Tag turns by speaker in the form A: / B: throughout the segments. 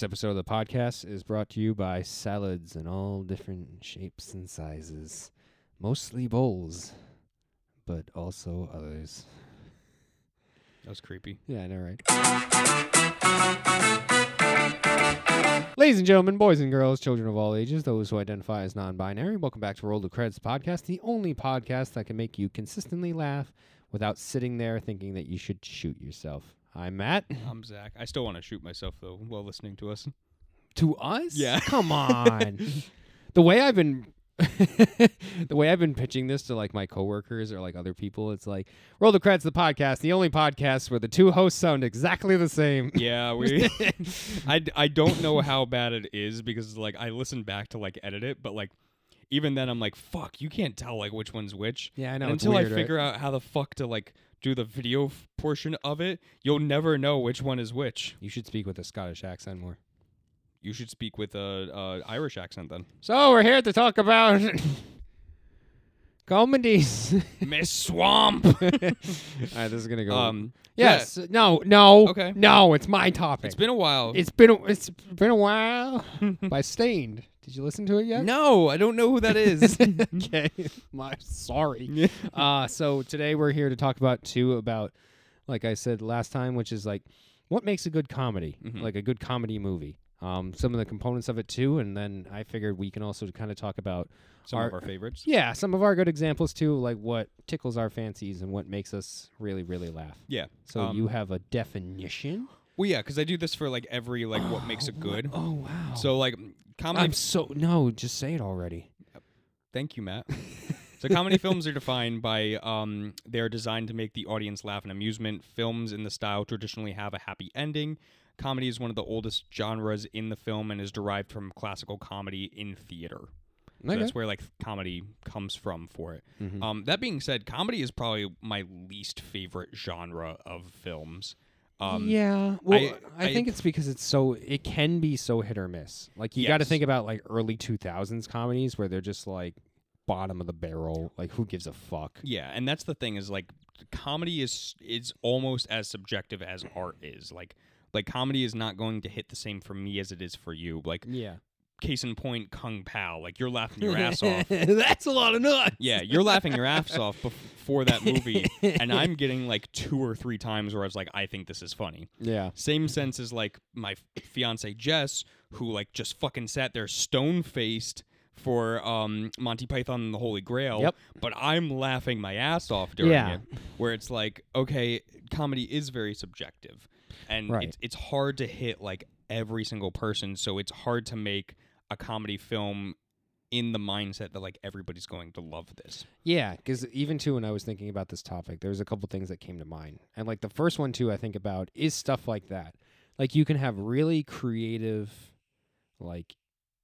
A: This episode of the podcast is brought to you by salads in all different shapes and sizes, mostly bowls, but also others.
B: That was creepy.
A: Yeah, I know, right? Ladies and gentlemen, boys and girls, children of all ages, those who identify as non binary, welcome back to Roll the Credits podcast, the only podcast that can make you consistently laugh without sitting there thinking that you should shoot yourself. I'm Matt.
B: I'm Zach. I still want to shoot myself though while listening to us.
A: To us?
B: Yeah.
A: Come on. the way I've been the way I've been pitching this to like my coworkers or like other people, it's like Roll the Credits the podcast, the only podcast where the two hosts sound exactly the same.
B: Yeah, we. I, d- I don't know how bad it is because like I listen back to like edit it, but like even then I'm like fuck, you can't tell like which one's which.
A: Yeah, I know.
B: And
A: it's
B: until
A: weird,
B: I
A: right?
B: figure out how the fuck to like do the video f- portion of it, you'll never know which one is which.
A: You should speak with a Scottish accent more.
B: You should speak with a, a Irish accent then.
A: So we're here to talk about comedies.
B: Miss Swamp.
A: All right, this is gonna go.
B: um.
A: yes. No. No.
B: Okay.
A: No, it's my topic.
B: It's been a while.
A: It's been. A, it's been a while. by Stained. Did you listen to it yet?
B: no, I don't know who that is.
A: okay. My sorry. uh, so today we're here to talk about two about, like I said last time, which is like what makes a good comedy,
B: Mhm.
A: like a good comedy movie. Um, some of the components of it too, and then I figured we can also kind of talk about
B: Some
A: Our-
B: of our favorites.
A: yeah some of our good examples too, like what tickles our fancies and what makes us really really laugh.
B: Yeah.
A: So
B: Um,
A: you have a definition.
B: Well, yeah, because I do this for like every like what makes it good.
A: Oh wow.
B: So like comedy.
A: I'm so no, just say it already.
B: thank you, Matt. so comedy films are defined by um, they are designed to make the audience laugh and amusement. Films in the style traditionally have a happy ending. Comedy is one of the oldest genres in the film and is derived from classical comedy in theater. So
A: Okay.
B: that's where like comedy comes from for it.
A: Mhm.
B: Um, that being said, comedy is probably my least favorite genre of films. Um,
A: yeah. Well, I,
B: I-
A: think it's because it's so it can be so hit or miss. Like you got to
B: Yes.
A: think about like early 2000s comedies where they're just like bottom of the barrel, like who gives a fuck.
B: Yeah, and that's the thing is like comedy is is almost as subjective as art is. Like like comedy is not going to hit the same for me as it is for you. Like
A: Yeah.
B: case in point, Kung Pao. Like you're laughing your ass off.
A: That's a lot of nuts.
B: Yeah, you're laughing your ass off bef- before that movie, and I'm getting like two or three times where I was like, I think this is funny.
A: Yeah.
B: Same sense as like my fiance Jess, who like just fucking sat there stone faced for um Monty Python and the Holy Grail.
A: Yep.
B: But I'm laughing my ass off during
A: Yeah.
B: it. Where it's like, okay, comedy is very subjective. And
A: Right.
B: it's it's hard to hit like every single person, so it's hard to make a comedy film in the mindset that like everybody's going to love this.
A: Yeah, because even too, when I was thinking about this topic, there was a couple things that came to mind, and like the first one too, I think about is stuff like that. Like you can have really creative, like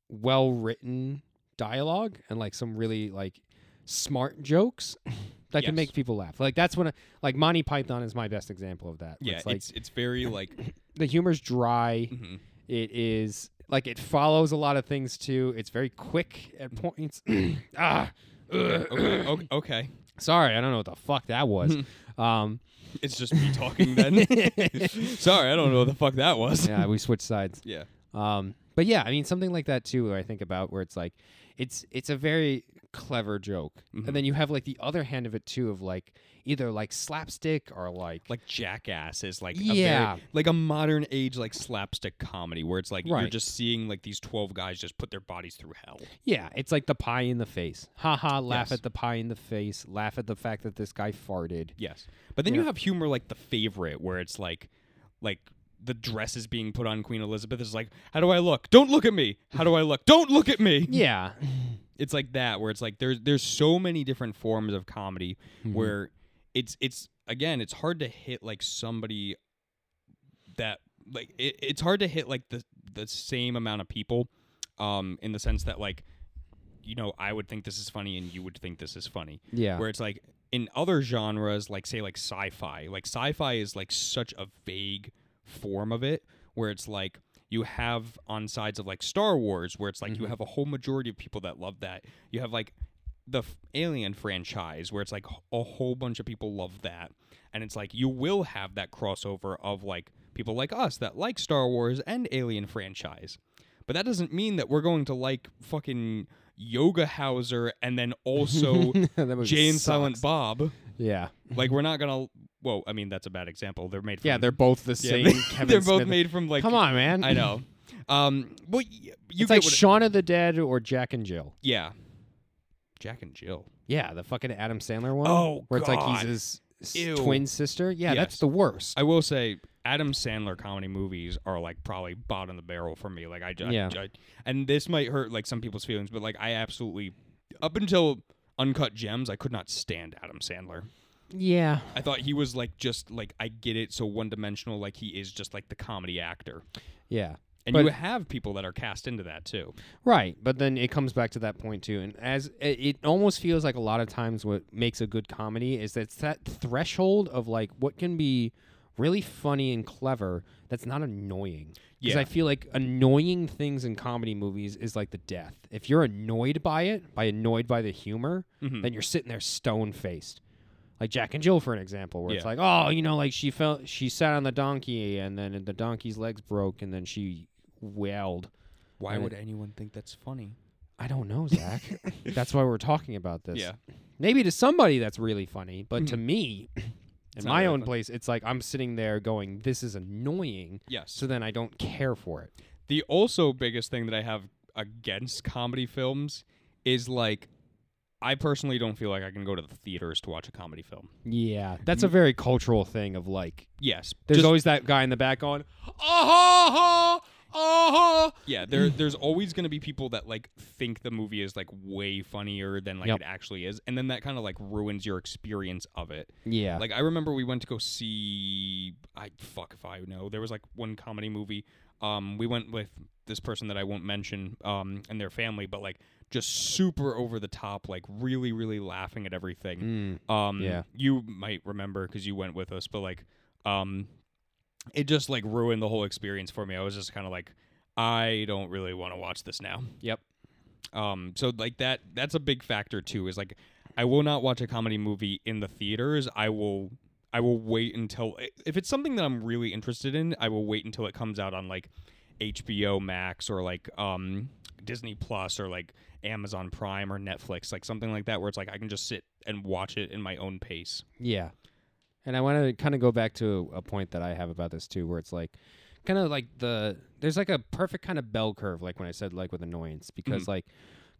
A: well written dialogue, and like some really like smart jokes that can
B: Yes.
A: make people laugh. Like that's when I, like Monty Python is my best example of that.
B: Yeah,
A: it's like
B: it's it's very like
A: the humor's dry.
B: mhm.
A: It is like it follows a lot of things too. It's very quick at points. ah.
B: Mm. okay, okay, okay.
A: Sorry, I don't know what the fuck that was. um,
B: It's just me talking then. Sorry, I don't know what the fuck that was.
A: yeah, we switched sides.
B: Yeah.
A: Um, but yeah, I mean something like that too. Where I think about where it's like, it's it's a very clever joke,
B: Mhm.
A: and then you have like the other hand of it too, of like either like slapstick or like,
B: Like Jackass is like a
A: Yeah.
B: very, like a modern age like slapstick comedy where it's like you're
A: Right.
B: just seeing like these twelve guys just put their bodies through hell.
A: yeah, it's like the pie in the face. Ha ha! Laugh
B: Yes.
A: at the pie in the face. Laugh at the fact that this guy farted.
B: Yes, but then
A: Yeah.
B: you have humor like the favorite where it's like like the dress is being put on Queen Elizabeth is like how do I look? Don't look at me. How do I look? Don't look at me.
A: Yeah,
B: it's like that where it's like there's there's so many different forms of comedy where it's it's again it's hard to hit like somebody that like it, it's hard to hit like the the same amount of people um in the sense that like you know I would think this is funny and you would think this is funny
A: yeah,
B: where it's like in other genres like say like sci-fi like sci-fi is like such a vague form of it where it's like you have on sides of like Star Wars where it's like you have a whole majority of people that love that you have like the f- Alien franchise where it's like h- a whole bunch of people love that and it's like you will have that crossover of like people like us that like Star Wars and Alien franchise. But that doesn't mean that we're going to like fucking Yoga Hauser and then also
A: that movie
B: Jay and
A: sucks.
B: Silent Bob.
A: Yeah,
B: Like we're not gonna. Well, I mean that's a bad example. They're made. From,
C: Yeah, they're both the
B: yeah,
C: same. Kevin
B: they're both
C: Smith-
B: made from like.
A: come on, man.
B: I know. Um. Well, y- you
A: It's
B: get
A: like
B: what,
A: Shaun of the Dead or Jack and Jill.
B: yeah. Jack and Jill.
A: Yeah, the fucking Adam Sandler one.
B: Oh,
A: where it's like
B: God.
A: he's his
B: Ew.
A: s twin sister. Yeah, that's
B: Yes.
A: the worst.
B: I will say Adam Sandler comedy movies are like probably bottom of the barrel for me. Like I just,
A: Yeah.
B: and this might hurt like some people's feelings, but like I absolutely up until Uncut Gems, I could not stand Adam Sandler.
A: Yeah,
B: I thought he was like just like I get it, so one dimensional. Like he is just like the comedy actor,
A: yeah.
B: and
A: But-
B: you have people that are cast into that too.
A: Right, but then it comes back to that point too, and as it, it almost feels like a lot of times what makes a good comedy is that it's that threshold of like what can be really funny and clever that's not annoying. Because
B: Yeah.
A: I feel like annoying things in comedy movies is like the death. If you're annoyed by it, by annoyed by the humor,
B: Mm-hmm.
A: then you're sitting there stone faced. Like Jack and Jill, for an example, where it's
B: Yeah.
A: like, oh, you know, like she felt she sat on the donkey and then the donkey's legs broke and then she wailed.
B: Why
A: And
B: would anyone think that's funny?
A: I don't know, Zach. that's why we're talking about this.
B: Yeah, Mm.
A: Maybe to somebody that's really funny, but to me, in
B: not
A: my
B: really
A: own
B: funny.
A: place, it's like I'm sitting there going, "This is annoying."
B: yes.
A: So then I don't care for it.
B: The also biggest thing that I have against comedy films is like I personally don't feel like I can go to the theaters to watch a comedy film.
A: Yeah, that's a very cultural thing of like.
B: Yes.
A: There's
B: Mm. just-
A: always that guy in the back going, "Uh-huh."
C: Ah ha ha! Ah
B: yeah, there there's always going to be people that like think the movie is like way funnier than like
A: Yep.
B: it actually is and then that kind of like ruins your experience of it.
A: "Yeah,
B: Like I remember we went to go see I fuck if I know. There was like one comedy movie. Um we went with this person that I won't mention um and their family but like just super over the top like really really laughing at everything.
A: mm,
B: Um
A: Yeah.
B: you might remember cuz you went with us but like um it just like ruined the whole experience for me. I was just kind of like I don't really want to watch this now.
A: yep,
B: Um, so like that that's a big factor too. Is like I will not watch a comedy movie in the theaters. I will I will wait until if it's something that I'm really interested in, I will wait until it comes out on like HBO Max or like um Disney Plus or like Amazon Prime or Netflix, like something like that where it's like I can just sit and watch it in my own pace.
A: yeah." And I want to kind of go back to a point that I have about this too, where it's like, kind of like the there's like a perfect kind of bell curve, like when I said like with annoyance, because like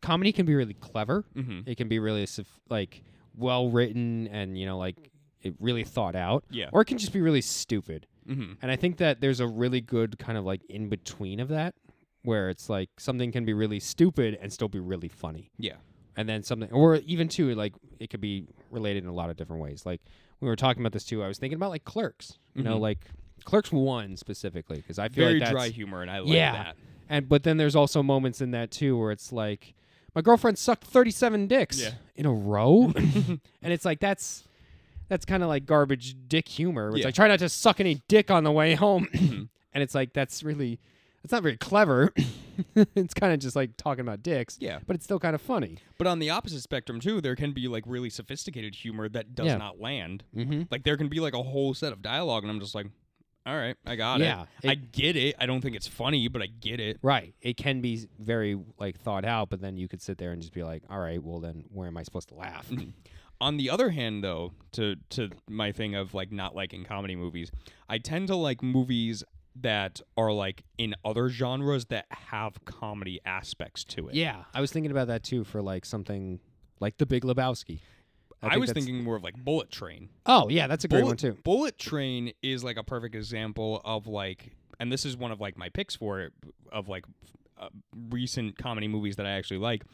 A: comedy can be really clever,
B: Mm. Mm-hmm.
A: it can be really soph- like well written and you know like it really thought out
B: Yeah.
A: or it can just be really stupid
B: Mm-hmm.
A: and i think that there's a really good kind of like in between of that where it's like something can be really stupid and still be really funny
B: Yeah.
A: and then something or even too like it could be related in a lot of different ways like we were talking about this too i was thinking about like clerks you know
B: Mhm.
A: like clerks one specifically because i feel
B: Very
A: like that's
B: dry humor and I like
A: Yeah.
B: that.
A: and but then there's also moments in that too where it's like my girlfriend sucked 37 dicks
B: Yeah.
A: in a row, and it's like that's that's kind of like garbage dick humor. It's
B: Yeah. Mm-hmm.
A: like try not to suck any dick on the way home, and it's like that's really it's not very clever. it's kind of just like talking about dicks,
B: Yeah.
A: but it's still kind of funny.
B: But on the opposite spectrum too, there can be like really sophisticated humor that does
A: Yeah.
B: not land.
A: Mm-hmm.
B: Like there can be like a whole set of dialogue, and I'm just like, all right, I got
A: Yeah,
B: it. I
A: it-
B: get it. I don't think it's funny, but I get it.
A: Right, it can be very like thought out, but then you could sit there and just be like, all right, well then where am I supposed to laugh?
B: Mm. On the other hand, though, to to my thing of like not liking comedy movies, I tend to like movies that are like in other genres that have comedy aspects to it.
A: yeah, I was thinking about that too for like something like The Big Lebowski.
B: I,
A: think
B: was
A: that's-
B: thinking more of like Bullet Train.
A: Oh yeah, that's a great one
B: Bullet,
A: too.
B: Bullet Train is like a perfect example of like, and this is one of like my picks for it of like uh, recent comedy movies that I actually like.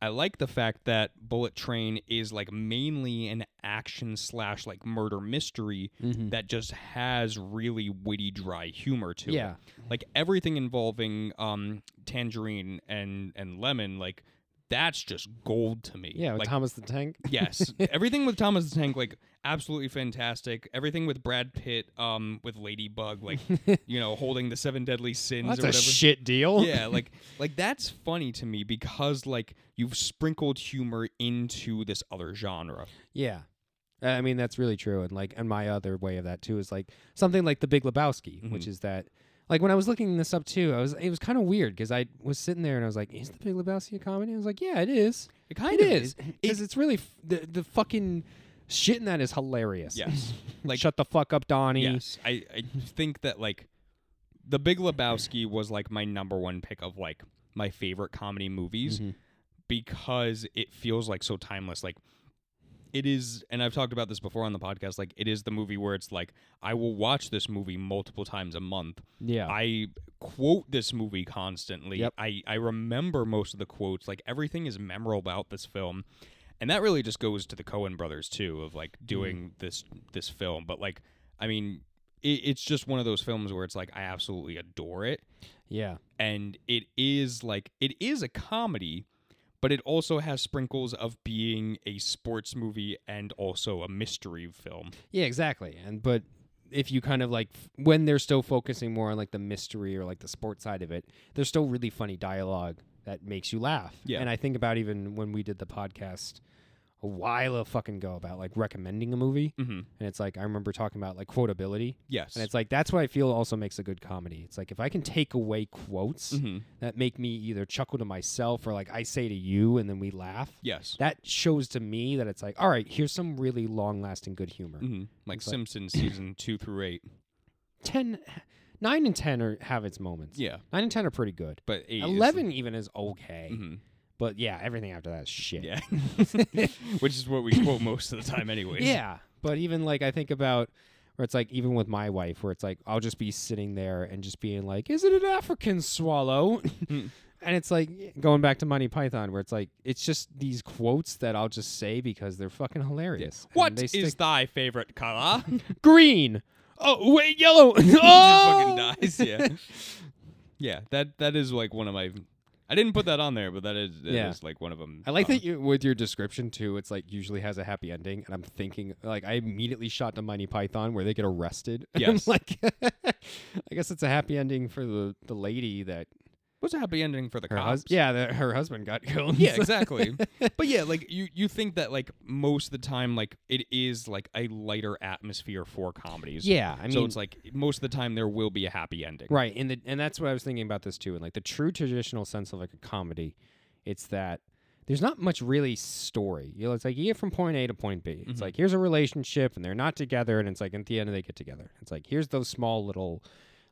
B: I like the fact that Bullet Train is like mainly an action slash like murder mystery
A: Mm-hmm.
B: that just has really witty, dry humor to
A: Yeah.
B: it. Like everything involving um Tangerine and and Lemon, like that's just gold to me.
A: Yeah, with
B: like
A: Thomas the Tank.
B: Yes, everything with Thomas the Tank, like absolutely fantastic. Everything with Brad Pitt, um, with Ladybug, like you know, holding the seven deadly sins
A: That's
B: or
A: a
B: whatever.
A: shit deal.
B: yeah, like like that's funny to me because like you've sprinkled humor into this other genre.
A: Yeah. Uh, I mean, that's really true. And like, and my other way of that too is like something like The Big Lebowski,
B: Mm-hmm.
A: which is that. Like when I was looking this up too, I was it was kind of weird because I was sitting there and I was like, "Is The Big Lebowski a comedy?" I was like, "Yeah, it is.
B: It kind
A: it
B: of
A: is
B: is.
A: because it's really f- the the fucking shit in that is hilarious."
B: Yes.
A: like
B: Like-
A: shut the fuck up, Donnie.
B: Yes, I, I think that like The Big Lebowski was like my number one pick of like my favorite comedy movies
A: Mhm.
B: because it feels like so timeless. Like it is, and I've talked about this before on the podcast. Like it is the movie where it's like I will watch this movie multiple times a month.
A: Yeah.
B: I quote this movie constantly.
A: Yep.
B: I I remember most of the quotes. Like everything is memorable about this film. And that really just goes to the Cohen brothers too of like doing this this film, but like I mean it, it's just one of those films where it's like I absolutely adore it
A: yeah.
B: and it is like it is a comedy but it also has sprinkles of being a sports movie and also a mystery film.
A: Yeah, exactly. And but if you kind of like f- when they're still focusing more on like the mystery or like the sports side of it, there's still really funny dialogue that makes you laugh.
B: Yeah.
A: And I think about even when we did the podcast a while a fucking go about like recommending a movie,
B: Mm-hmm.
A: and it's like I remember talking about like quotability,
B: Yes.
A: and it's like that's what I feel also makes a good comedy. It's like if I can take away quotes
B: hmm
A: that make me either chuckle to myself or like I say to you, and then we laugh.
B: Yes.
A: That shows to me that it's like, all right, here's some really long-lasting good humor.
B: hmm Like
A: It's like-
B: Simpsons season 2 through 8.
A: 10 9 and 10 are have its moments
B: Yeah.
A: 9 and 10 are pretty good
B: But eight is-
A: 11 even is okay
B: Mhm.
A: but yeah everything after that is shit
B: Yeah. Which is what we quote most of the time, anyways.
A: Yeah, but even like I think about where it's like even with my wife where it's like I'll just be sitting there and just being like is it an african swallow
B: Mm.
A: and it's like going back to monty python where it's like it's just these quotes that I'll just say because they're fucking hilarious And
B: What
A: they
B: is
A: stick-
B: thy favorite color?
A: green oh wait yellow
B: oh!
A: oh!
B: fucking dies. Yeah. yeah. That that is like one of my. I didn't put that on there, but that is, that is
A: Yeah.
B: like one of Um, them.
A: I like that you with your description too. It's like usually has a happy ending, and I'm thinking like I immediately shot to Monty Python where they get arrested. And I'm
B: Yes.
A: like I guess it's a happy ending for the the lady that
B: What's a happy ending for the
A: her
B: cops?
A: husband. Yeah, that her husband got killed.
B: Yeah, exactly. but yeah, like you, you think that like most of the time, like it is like a lighter atmosphere for comedies.
A: yeah. I mean,
B: so it's like most of the time there will be a happy ending.
A: right. And the and that's what I was thinking about this too. And like the true traditional sense of like a comedy, it's that. There's not much really story. You know, it's like you get from point A to point B. It's
B: Mhm.
A: like here's a relationship and they're not together and it's like at the end they get together. It's like here's those small little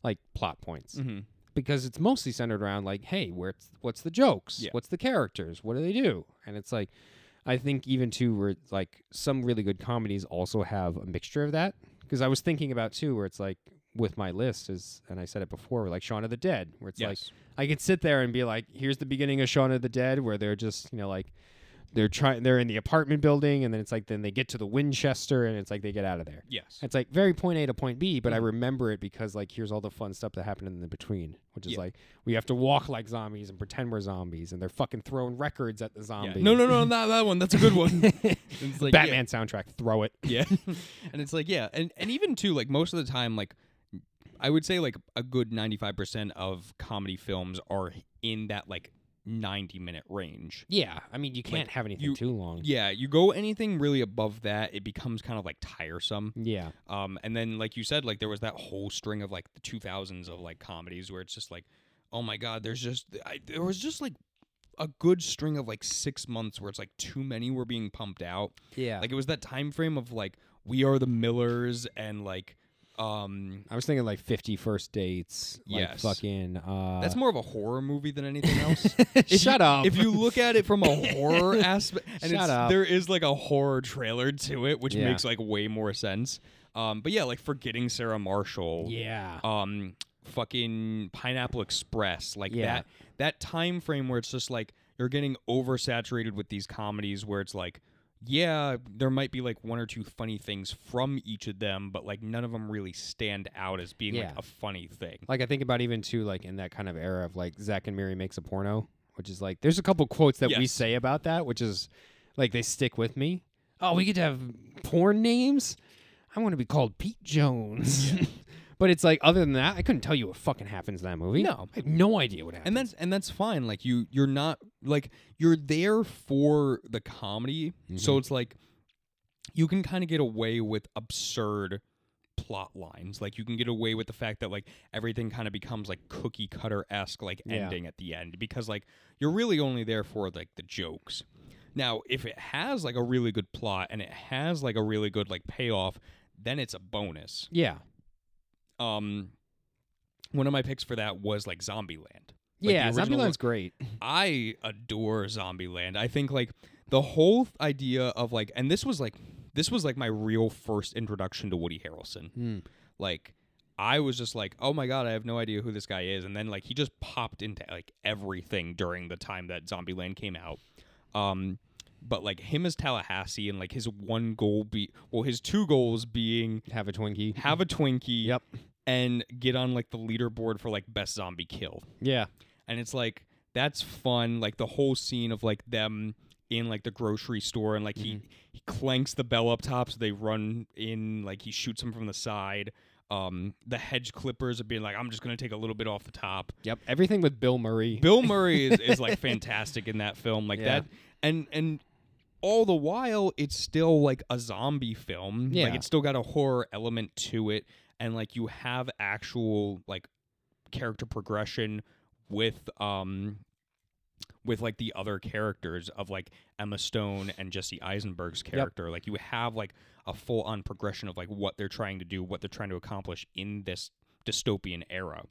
A: like plot points.
B: hmm
A: because it's mostly centered around like, hey, where's what's the jokes?
B: Yeah.
A: What's the characters? What do they do? And it's like, I think even too, where it's, like some really good comedies also have a mixture of that. Because I was thinking about too, where it's like with my list is, and I said it before, like Shaun of the Dead, where it's like
B: Yes.
A: I could sit there and be like, here's the beginning of Shaun of the Dead, where they're just, you know, like they're trying, they're in the apartment building, and then it's like then they get to the Winchester, and it's like they get out of there.
B: yes.
A: It's like very point A to point B, but I remember it because like here's all the fun stuff that happened in the between, which is
B: Yeah.
A: like we have to walk like zombies and pretend we're zombies, and they're fucking throwing records at the zombies.
B: No, no, no, not that one. That's a good one. It's like, yeah.
A: Batman soundtrack, throw it.
B: Yeah. and it's like, yeah. And, and even too, like most of the time, like I would say like a good 95% of comedy films are in that like 90 minute range.
A: Yeah, I mean you can't have anything
B: you-
A: too long.
B: Yeah. You go anything really above that, it becomes kind of like tiresome.
A: Yeah,
B: Um, and then like you said, like there was that whole string of like the 2000s of like comedies where it's just like, oh my God, there's just, I, there was just like, a good string of like six months where it's like too many were being pumped out
A: yeah.
B: like it was that time frame of like we are the millers and like um
A: I was thinking like fifty first dates. Like
B: Yes.
A: fucking. Uh,
B: that's more of a horror movie than anything else. If you-
A: Shut up.
B: If you look at it from a horror aspect, and
A: Shut
B: it's,
A: up.
B: there is like a horror trailer to it, which
A: Yeah.
B: makes like way more sense. Um, but yeah, like forgetting Sarah Marshall.
A: yeah.
B: Um, fucking Pineapple Express, like
A: Yeah.
B: that that time frame where it's just like you're getting oversaturated with these comedies where it's like yeah there might be like one or two funny things from each of them but like none of them really stand out as being
A: Yeah.
B: like a funny thing
A: Like I think about even too, like in that kind of era of like Zach and Mary makes a porno, which is like there's a couple quotes that we
B: Yes.
A: say about that, which is like they stick with me. Oh, we could have porn names. I want to be called Pete Jones. but it's like other than that, I couldn't tell you what fucking happens in that movie.
B: No.
A: I have no idea what happens.
B: and that's and that's fine like you you're not like you're there for the comedy so it's like you can kind of get away with absurd plot lines. Like you can get away with the fact that like everything kind of becomes like cookie cutter esque like
A: Yeah.
B: ending at the end because like you're really only there for like the jokes. Now, if it has like a really good plot and it has like a really good like payoff, then it's a bonus.
A: Yeah.
B: Um one of my picks for that was like Zombieland. Like,
A: yeah,
B: the original-
A: Zombieland's great.
B: I adore Zombieland. I think like the whole th- idea of like, and this was like, this was like my real first introduction to Woody Harrelson.
A: Mm.
B: Like, I was just like, oh my god, I have no idea who this guy is, and then like he just popped into like everything during the time that Zombieland came out. Um, but like him as Tallahassee, and like his one goal be, well, his two goals being
A: Have a Twinkie.
B: have a Twinkie,
A: Yep.
B: and get on like the leaderboard for like best zombie kill
A: Yeah.
B: and it's like that's fun like the whole scene of like them in like the grocery store and like he he clanks the bell up top so they run in like he shoots him from the side um the hedge clippers are being like i'm just gonna take a little bit off the top
A: Yep. Everything with Bill Murray.
B: bill murray is, is like fantastic in that film like
A: Yeah.
B: that and and all the while it's still like a zombie film
A: Yeah.
B: like it's still got a horror element to it and like you have actual like character progression with um with like the other characters of like Emma Stone and Jesse Eisenberg's character. Like you have like a full on progression of like what they're trying to do, what they're trying to accomplish in this dystopian era.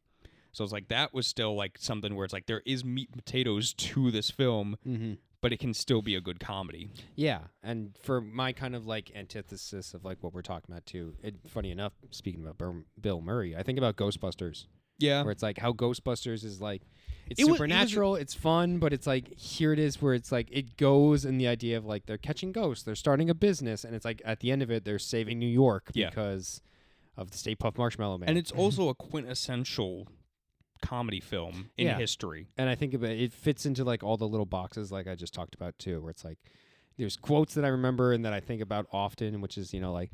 B: So it's like that was still like something where it's like there is meat and potatoes to this film,
A: mm-hmm.
B: but it can still be a good comedy.
A: Yeah, and for my kind of like antithesis of like what we're talking about too. It, funny enough, speaking about Bur- Bill Murray, I think about Ghostbusters,
B: Yeah.
A: where it's like how Ghostbusters is like it's
B: It wa- it was-
A: supernatural, it's fun, but it's like here it is where it's like it goes in the idea of like they're catching ghosts, they're starting a business, and it's like at the end of it they're saving New York
B: Yeah.
A: because of the Stay Puft Marshmallow Man.
B: And it's also a quintessential comedy film in
A: Yeah.
B: history.
A: and I think about it fits into like all the little boxes like I just talked about too, where it's like there's quotes that I remember and that I think about often, which is you know like,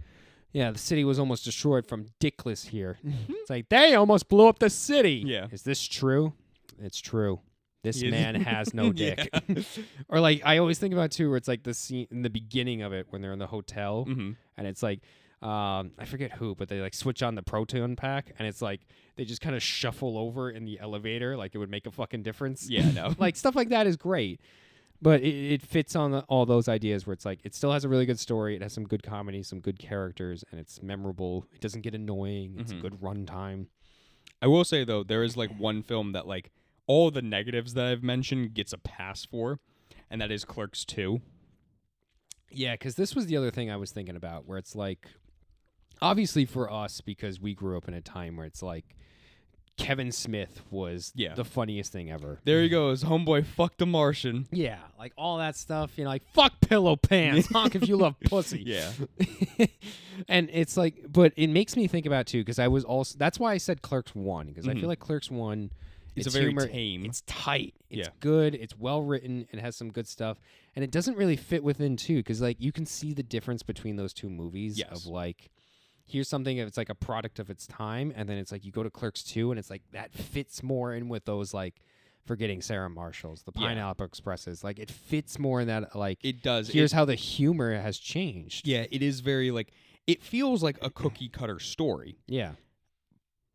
A: yeah, the city was almost destroyed from dickless here. it's like they almost blew up the city.
B: Mm-hmm. Yeah.
A: is this true? It's true. This
B: Yes.
A: man has no dick.
B: Yeah.
A: or like I always think about too, where it's like the scene in the beginning of it when they're in the hotel
B: hmm
A: and it's like um, I forget who, but they like switch on the proton pack, and it's like they just kind of shuffle over in the elevator, like it would make a fucking difference.
B: Yeah, no.
A: like stuff like that is great, but it, it fits on the, all those ideas where it's like it still has a really good story, it has some good comedy, some good characters, and it's memorable. It doesn't get annoying. It's
B: Mhm.
A: a good runtime.
B: I will say though, there is like one film that like all the negatives that I've mentioned gets a pass for, and that is Clerks Two.
A: Yeah, because this was the other thing I was thinking about, where it's like, obviously for us, because we grew up in a time where it's like. Kevin Smith was
B: Yeah.
A: the funniest thing ever.
B: There he goes, homeboy. Fuck the Martian.
A: Yeah, like all that stuff. You know, like fuck pillow pants, honk if you love pussy.
B: Yeah,
A: and it's like, but it makes me think about too because I was also that's why I said Clerks one because I feel like Clerks one.
B: It's Mm-hmm. a very
A: humor-
B: tame.
A: It's tight. It's
B: Yeah.
A: good. It's well written. It has some good stuff, and it doesn't really fit within too because like you can see the difference between those two movies
B: Yes.
A: of like. Here's something that's like a product of its time, and then it's like you go to Clerks 2, and it's like that fits more in with those like forgetting Sarah Marshall's, the
B: Yeah.
A: Pineapple Expresses. Like it fits more in that like
B: it does.
A: here's
B: it,
A: how the humor has changed.
B: yeah, it is very like it feels like a cookie cutter story,
A: Yeah.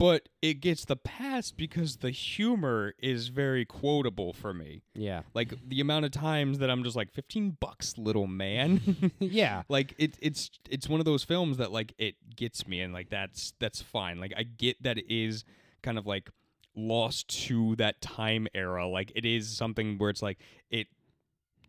B: but it gets the pass because the humor is very quotable for me.
A: Yeah.
B: Like the amount of times that I'm just like fifteen bucks, little man.
A: Yeah.
B: like it, it's it's one of those films that like it gets me and like that's that's fine like i get that it is kind of like lost to that time era like it is something where it's like it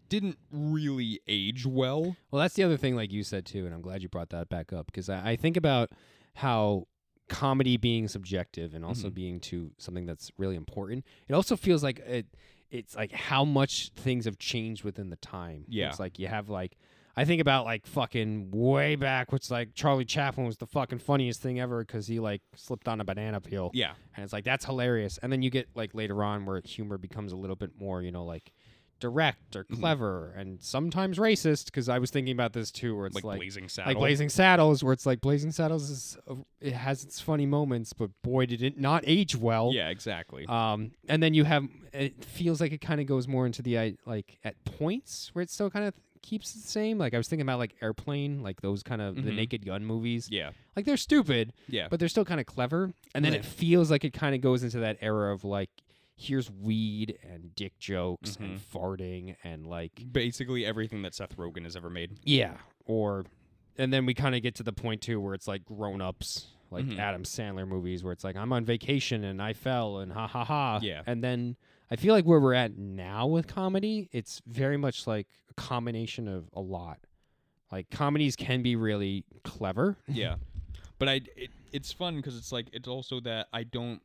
B: didn't really age well
A: Well, that's the other thing, like you said too, and I'm glad you brought that back up because I, I think about how comedy being subjective and also being to something that's really important. It also feels like it. It's like how much things have changed within the time.
B: Yeah.
A: It's like you have like. I think about like fucking way back, which like Charlie Chaplin was the fucking funniest thing ever because he like slipped on a banana peel.
B: yeah
A: and it's like that's hilarious and then you get like later on where humor becomes a little bit more you know like direct or
B: Mm-hmm.
A: clever and sometimes racist because i was thinking about this too where it's
B: like,
A: like like blazing,
B: blazing saddle
A: saddles where it's like blazing saddles is a, it has its funny moments but boy did it not age well
B: yeah exactly
A: um and then you have it feels like it kind of goes more into the i- like at points where it still kind of keeps it the same. Like I was thinking about like Airplane, like those kind of the
B: Mhm.
A: Naked Gun movies.
B: Yeah.
A: Like they're stupid,
B: Yeah.
A: but they're still kind of clever. And then it feels like it kind of goes into that era of like here's weed and dick jokes and
B: Mm-hmm.
A: farting and like
B: Basically everything that Seth Rogen has ever made.
A: yeah, or and then we kind of get to the point too where it's like grown-ups like
B: Mhm.
A: Adam Sandler movies where it's like I'm on vacation and I fell and ha ha ha.
B: Yeah.
A: And then I feel like where we're at now with comedy, it's very much like a combination of a lot. Like comedies can be really clever.
B: yeah but i it, it's fun because it's like it's also that i don't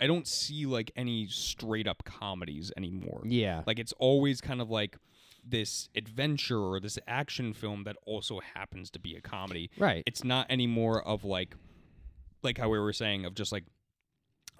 B: i don't see like any straight up comedies anymore
A: Yeah.
B: like it's always kind of like this adventure or this action film that also happens to be a comedy
A: Right.
B: it's not anymore of like like how we were saying of just like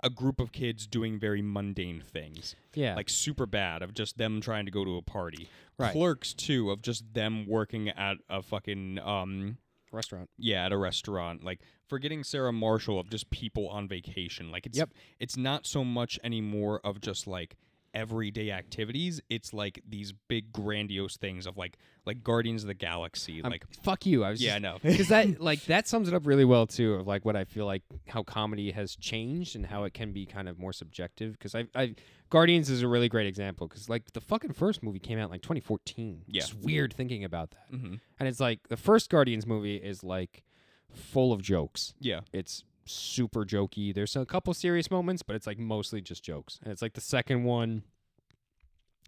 B: a group of kids doing very mundane things
A: yeah.
B: like super bad of just them trying to go to a party
A: Right.
B: clerks too of just them working at a fucking um
A: restaurant.
B: yeah at a restaurant like forgetting sarah marshall of just people on vacation like it's
A: Yep.
B: it's not so much anymore of just like everyday activities it's like these big grandiose things of like like guardians of the galaxy
A: I'm-
B: like
A: fuck you. I was
B: yeah i
A: just,
B: know
A: because that like that sums it up really well too of like what I feel like how comedy has changed and how it can be kind of more subjective because I I Guardians is a really great example because like the fucking first movie came out in like 2014
B: Yeah.
A: it's weird thinking about that
B: hmm
A: and it's like the first Guardians movie is like full of jokes
B: yeah
A: it's super jokey there's a couple serious moments but it's like mostly just jokes and it's like the second one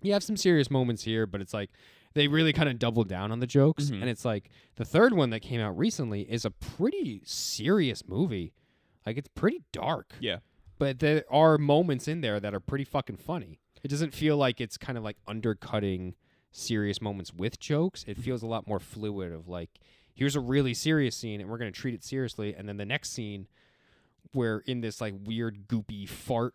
A: you have some serious moments here, but it's like they really kind of double down on the jokes.
B: Mhm.
A: And it's like the third one that came out recently is a pretty serious movie. Like it's pretty dark.
B: Yeah.
A: But there are moments in there that are pretty fucking funny. It doesn't feel like it's kind of like undercutting serious moments with jokes.
B: Mm-hmm.
A: It feels a lot more fluid of like, here's a really serious scene and we're going to treat it seriously. And then the next scene, we're in this like weird goopy fart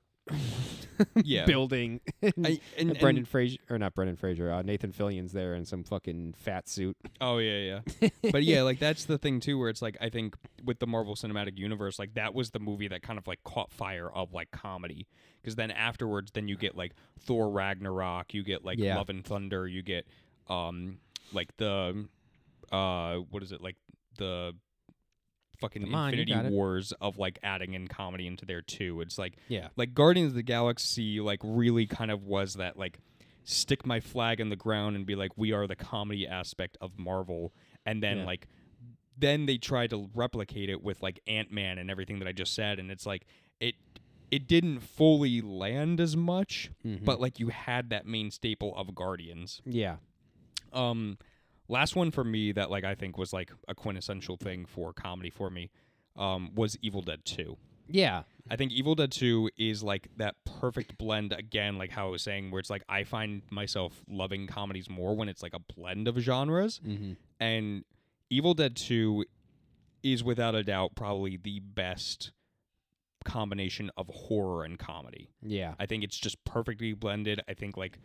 B: Yeah.
A: building.
B: I, and,
A: And Brendan Fraser, or not Brendan Fraser, uh, Nathan Fillion's there in some fucking fat suit.
B: Oh yeah, yeah. but yeah, like that's the thing too, where it's like I think with the Marvel Cinematic Universe, like that was the movie that kind of like caught fire of like comedy, because then afterwards, then you get like Thor Ragnarok, you get like
A: Yeah.
B: Love and Thunder, you get um like the uh what is it like the fucking
A: Come on, you got
B: Infinity
A: it.
B: Wars of like adding in comedy into there too. It's like
A: Yeah.
B: like Guardians of the Galaxy like really kind of was that like stick my flag in the ground and be like we are the comedy aspect of Marvel and then
A: Yeah.
B: like then they tried to replicate it with like Ant-Man and everything that I just said and it's like it it didn't fully land as much
A: Mm-hmm.
B: but like you had that main staple of Guardians
A: yeah,
B: um last one for me that like I think was like a quintessential thing for comedy for me um was Evil Dead 2
A: yeah,
B: I think Evil Dead 2 is like that perfect blend again, like how I was saying, where it's like I find myself loving comedies more when it's like a blend of genres.
A: mm-hmm.
B: And Evil Dead 2 is without a doubt probably the best combination of horror and comedy.
A: yeah,
B: I think it's just perfectly blended. I think like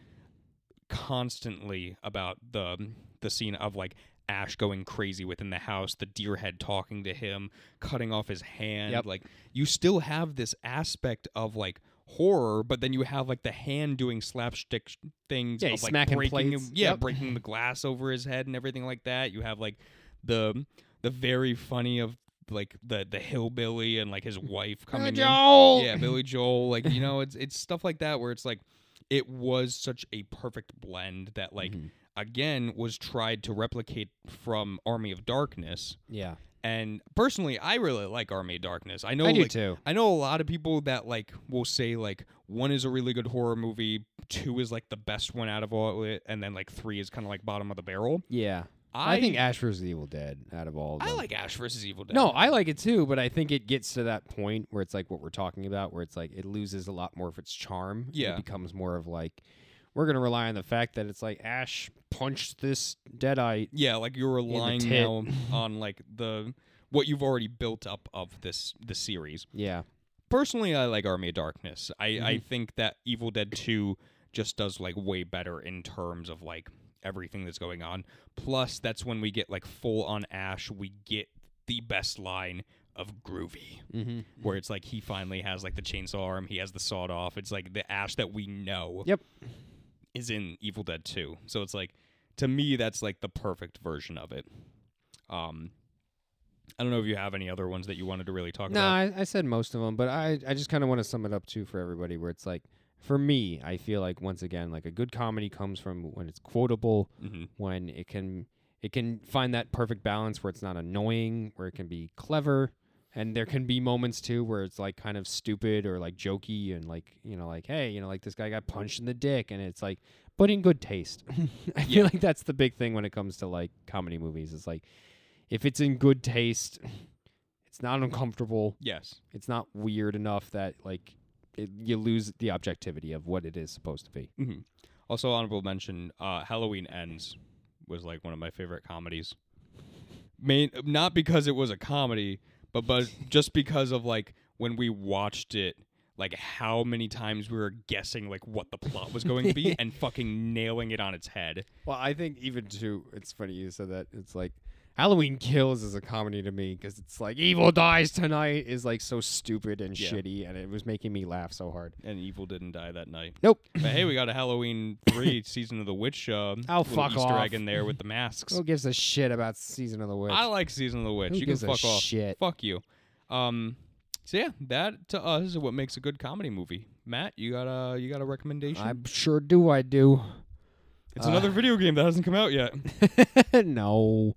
B: constantly about the the scene of like Ash going crazy within the house, the deer head talking to him, cutting off his hand.
A: Yep.
B: Like you still have this aspect of like horror, but then you have like the hand doing slapstick sh- things.
A: Yeah,
B: of,
A: he's
B: like,
A: smacking
B: breaking
A: plates.
B: yeah,
A: Yep.
B: breaking the glass over his head and everything like that. You have like the the very funny of like the the hillbilly and like his wife coming in. Yeah, Billy Joel. Like you know, it's it's stuff like that where it's like it was such a perfect blend that like
A: Mhm.
B: again was tried to replicate from Army of Darkness.
A: yeah.
B: And personally, I really like Army of Darkness. I know
A: I do
B: like,
A: too.
B: I know a lot of people that like will say like one is a really good horror movie, two is like the best one out of all, it, and then like three is kind of like bottom of the barrel.
A: Yeah, I,
B: I,
A: think Ash vs. the Evil Dead out of all. Of
B: I
A: them.
B: like Ash versus Evil Dead.
A: No, I like it too, but I think it gets to that point where it's like what we're talking about, where it's like it loses a lot more of its charm. and
B: Yeah.
A: it becomes more of like we're gonna rely on the fact that it's like Ash punched this Deadite.
B: Yeah, like you're
A: the
B: relying
A: tit.
B: now on like the what you've already built up of this the series.
A: Yeah,
B: Personally, I like Army of Darkness. I I
A: Mm-hmm.
B: think that Evil Dead 2 just does like way better in terms of like everything that's going on. Plus, that's when we get like full on Ash. We get the best line of groovy
A: mm-hmm.
B: where it's like he finally has like the chainsaw arm, he has the sawed off. It's like the ash that we know.
A: Yep.
B: Is in Evil Dead 2. So it's like to me that's like the perfect version of it. Um I don't know if you have any other ones that you wanted to really talk
A: No,
B: about.
A: I, I said most of them, but I, I just kind of want to sum it up too for everybody where it's like, for me, I feel like once again, like a good comedy comes from when it's quotable,
B: Mhm.
A: when it can it can find that perfect balance where it's not annoying, where it can be clever, and there can be moments too where it's like kind of stupid or like jokey and like you know like hey you know like this guy got punched in the dick and it's like but in good taste. I feel like that's the big thing when it comes to like comedy movies. It's like if it's in good taste, it's not uncomfortable
B: Yes.
A: it's not weird enough that like it, you lose the objectivity of what it is supposed to be.
B: hmm Also, honorable mention: uh, Halloween Ends was like one of my favorite comedies. Main, not because it was a comedy, but but just because of like when we watched it, like how many times we were guessing like what the plot was going to be and fucking nailing it on its head.
A: Well, I think even too, it's funny you said that. It's like Halloween Kills is a comedy to me because it's like evil dies tonight is like so stupid and
B: Yeah.
A: shitty, and it was making me laugh so hard.
B: And evil didn't die that night.
A: Nope.
B: But hey, we got a Halloween three season of the witch. Uh,
A: Oh,
B: little
A: fuck
B: Easter
A: off.
B: egg in there with the masks.
A: Who gives a shit about Season of the Witch?
B: I like season of the witch.
A: Who
B: you can
A: gives a
B: fuck off.
A: shit?
B: Fuck you. Um. So yeah, that to us is what makes a good comedy movie. Matt, you got a you got a recommendation?
A: I uh, sure do. I do.
B: it's another video game that hasn't come out yet.
A: no.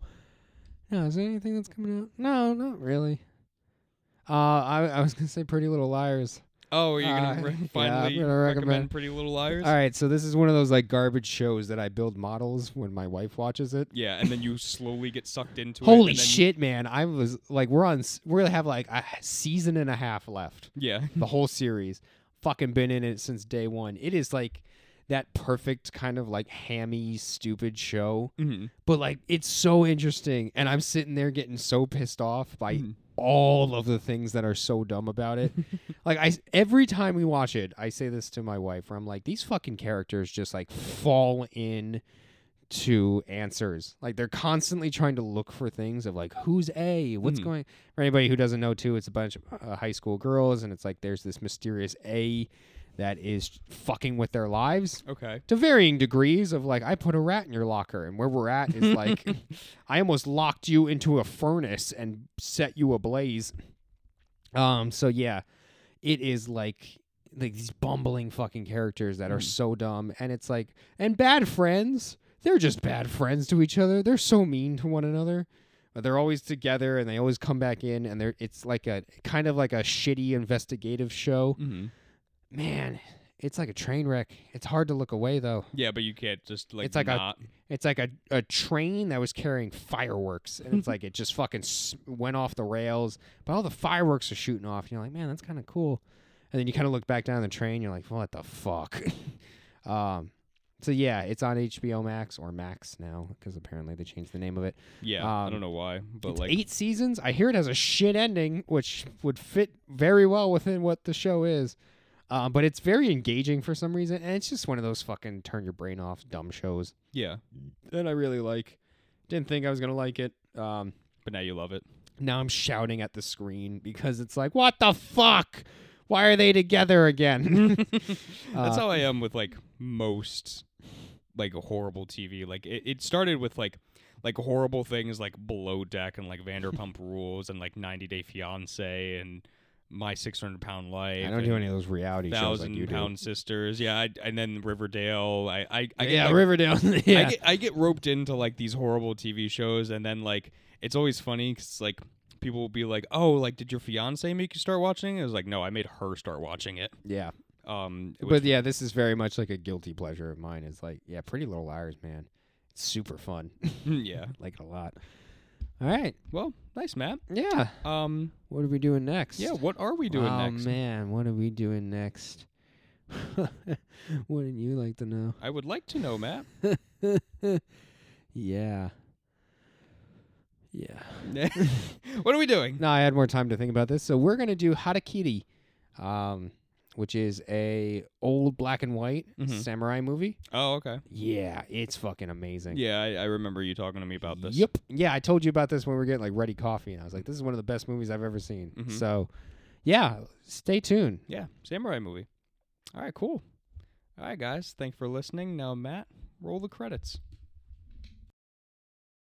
A: No, is there anything that's coming out? No, not really. Uh, I, I was gonna say Pretty Little Liars.
B: Oh, are you gonna
A: Uh,
B: re-
A: yeah, I'm
B: finally
A: gonna
B: recommend,
A: recommend-
B: Pretty Little Liars?
A: All right, so this is one of those like garbage shows that I build models when my wife watches it.
B: Yeah, and then you slowly get sucked into it.
A: Holy
B: and then-
A: shit, man! I was like, we're on, s- we're gonna have like a season and a half left.
B: Yeah.
A: The whole series, fucking been in it since day one. It is like that perfect kind of like hammy, stupid show,
B: Mhm.
A: but like it's so interesting. And I'm sitting there getting so pissed off by
B: Mhm.
A: all of the things that are so dumb about it. like I every time we watch it, I say this to my wife where I'm like, these fucking characters just like fall in to answers. Like they're constantly trying to look for things of like who's A, what's
B: Mhm.
A: going for anybody who doesn't know too, it's a bunch of uh, high school girls and it's like there's this mysterious A that is fucking with their lives
B: Okay.
A: to varying degrees of like I put a rat in your locker and where we're at is like I almost locked you into a furnace and set you ablaze. Um so yeah, it is like like these bumbling fucking characters that are so dumb and it's like and bad friends. They're just bad friends to each other. They're so mean to one another. But they're always together and they always come back in and they're it's like a kind of like a shitty investigative show.
B: hmm
A: Man, it's like a train wreck. It's hard to look away though.
B: Yeah, but you can't just like.
A: It's like a-
B: not.
A: It's like a, a train that was carrying fireworks, and it's like it just fucking s- went off the rails. But all the fireworks are shooting off, and you're like, man, that's kind of cool. And then you kind of look back down the train, you're like, what the fuck? um, so yeah, it's on HBO Max or Max now because apparently they changed the name of it.
B: yeah, I
A: um,
B: don't know why, but
A: it's
B: like.
A: eight seasons. I hear it has a shit ending, which would fit very well within what the show is. Um, but it's very engaging for some reason, and it's just one of those fucking turn your brain off dumb shows
B: Yeah,
A: that I really like. Didn't think I was gonna like it. Um,
B: but now you love it.
A: now I'm shouting at the screen because it's like, what the fuck? Why are they together again?
B: That's
A: Uh,
B: how I am with like most like horrible TV. Like it, it started with like like horrible things like Below Deck and like Vanderpump Rules and like 90 Day Fiance and My 600 Pound Life.
A: I don't
B: and
A: do any of those reality shows like
B: Thousand
A: you do.
B: Pound Sisters. Yeah, I, and then Riverdale. I I, I get,
A: yeah,
B: like,
A: Riverdale. yeah.
B: I get, I get roped into like these horrible TV shows, and then like it's always funny because like people will be like, "Oh, like did your fiance make you start watching?" It I was like, "No, I made her start watching it."
A: yeah.
B: Um, which
A: But yeah, this is very much like a guilty pleasure of mine. It's like, yeah, Pretty Little Liars, man. It's super fun.
B: yeah.
A: like it a lot. All right.
B: Well, nice, Matt.
A: Yeah.
B: Um,
A: What are we doing next?
B: yeah. What are we doing
A: oh,
B: next?
A: man, what are we doing next? Wouldn't you like to know?
B: I would like to know, Matt.
A: Yeah. Yeah.
B: what are we doing?
A: No, I had more time to think about this. So we're gonna do Harakiri, um, which is a old black and white
B: Mhm.
A: samurai movie.
B: Oh, okay.
A: Mm-hmm. Yeah, it's fucking amazing.
B: Yeah, I, I remember you talking to me about this.
A: Yep. Yeah, I told you about this when we were getting like ready coffee, and I was like, "This is one of the best movies I've ever seen."
B: Mhm.
A: So, yeah, stay tuned.
B: Yeah, samurai movie. All right, cool. All right, guys. Thanks for listening. Now, Matt, roll the credits.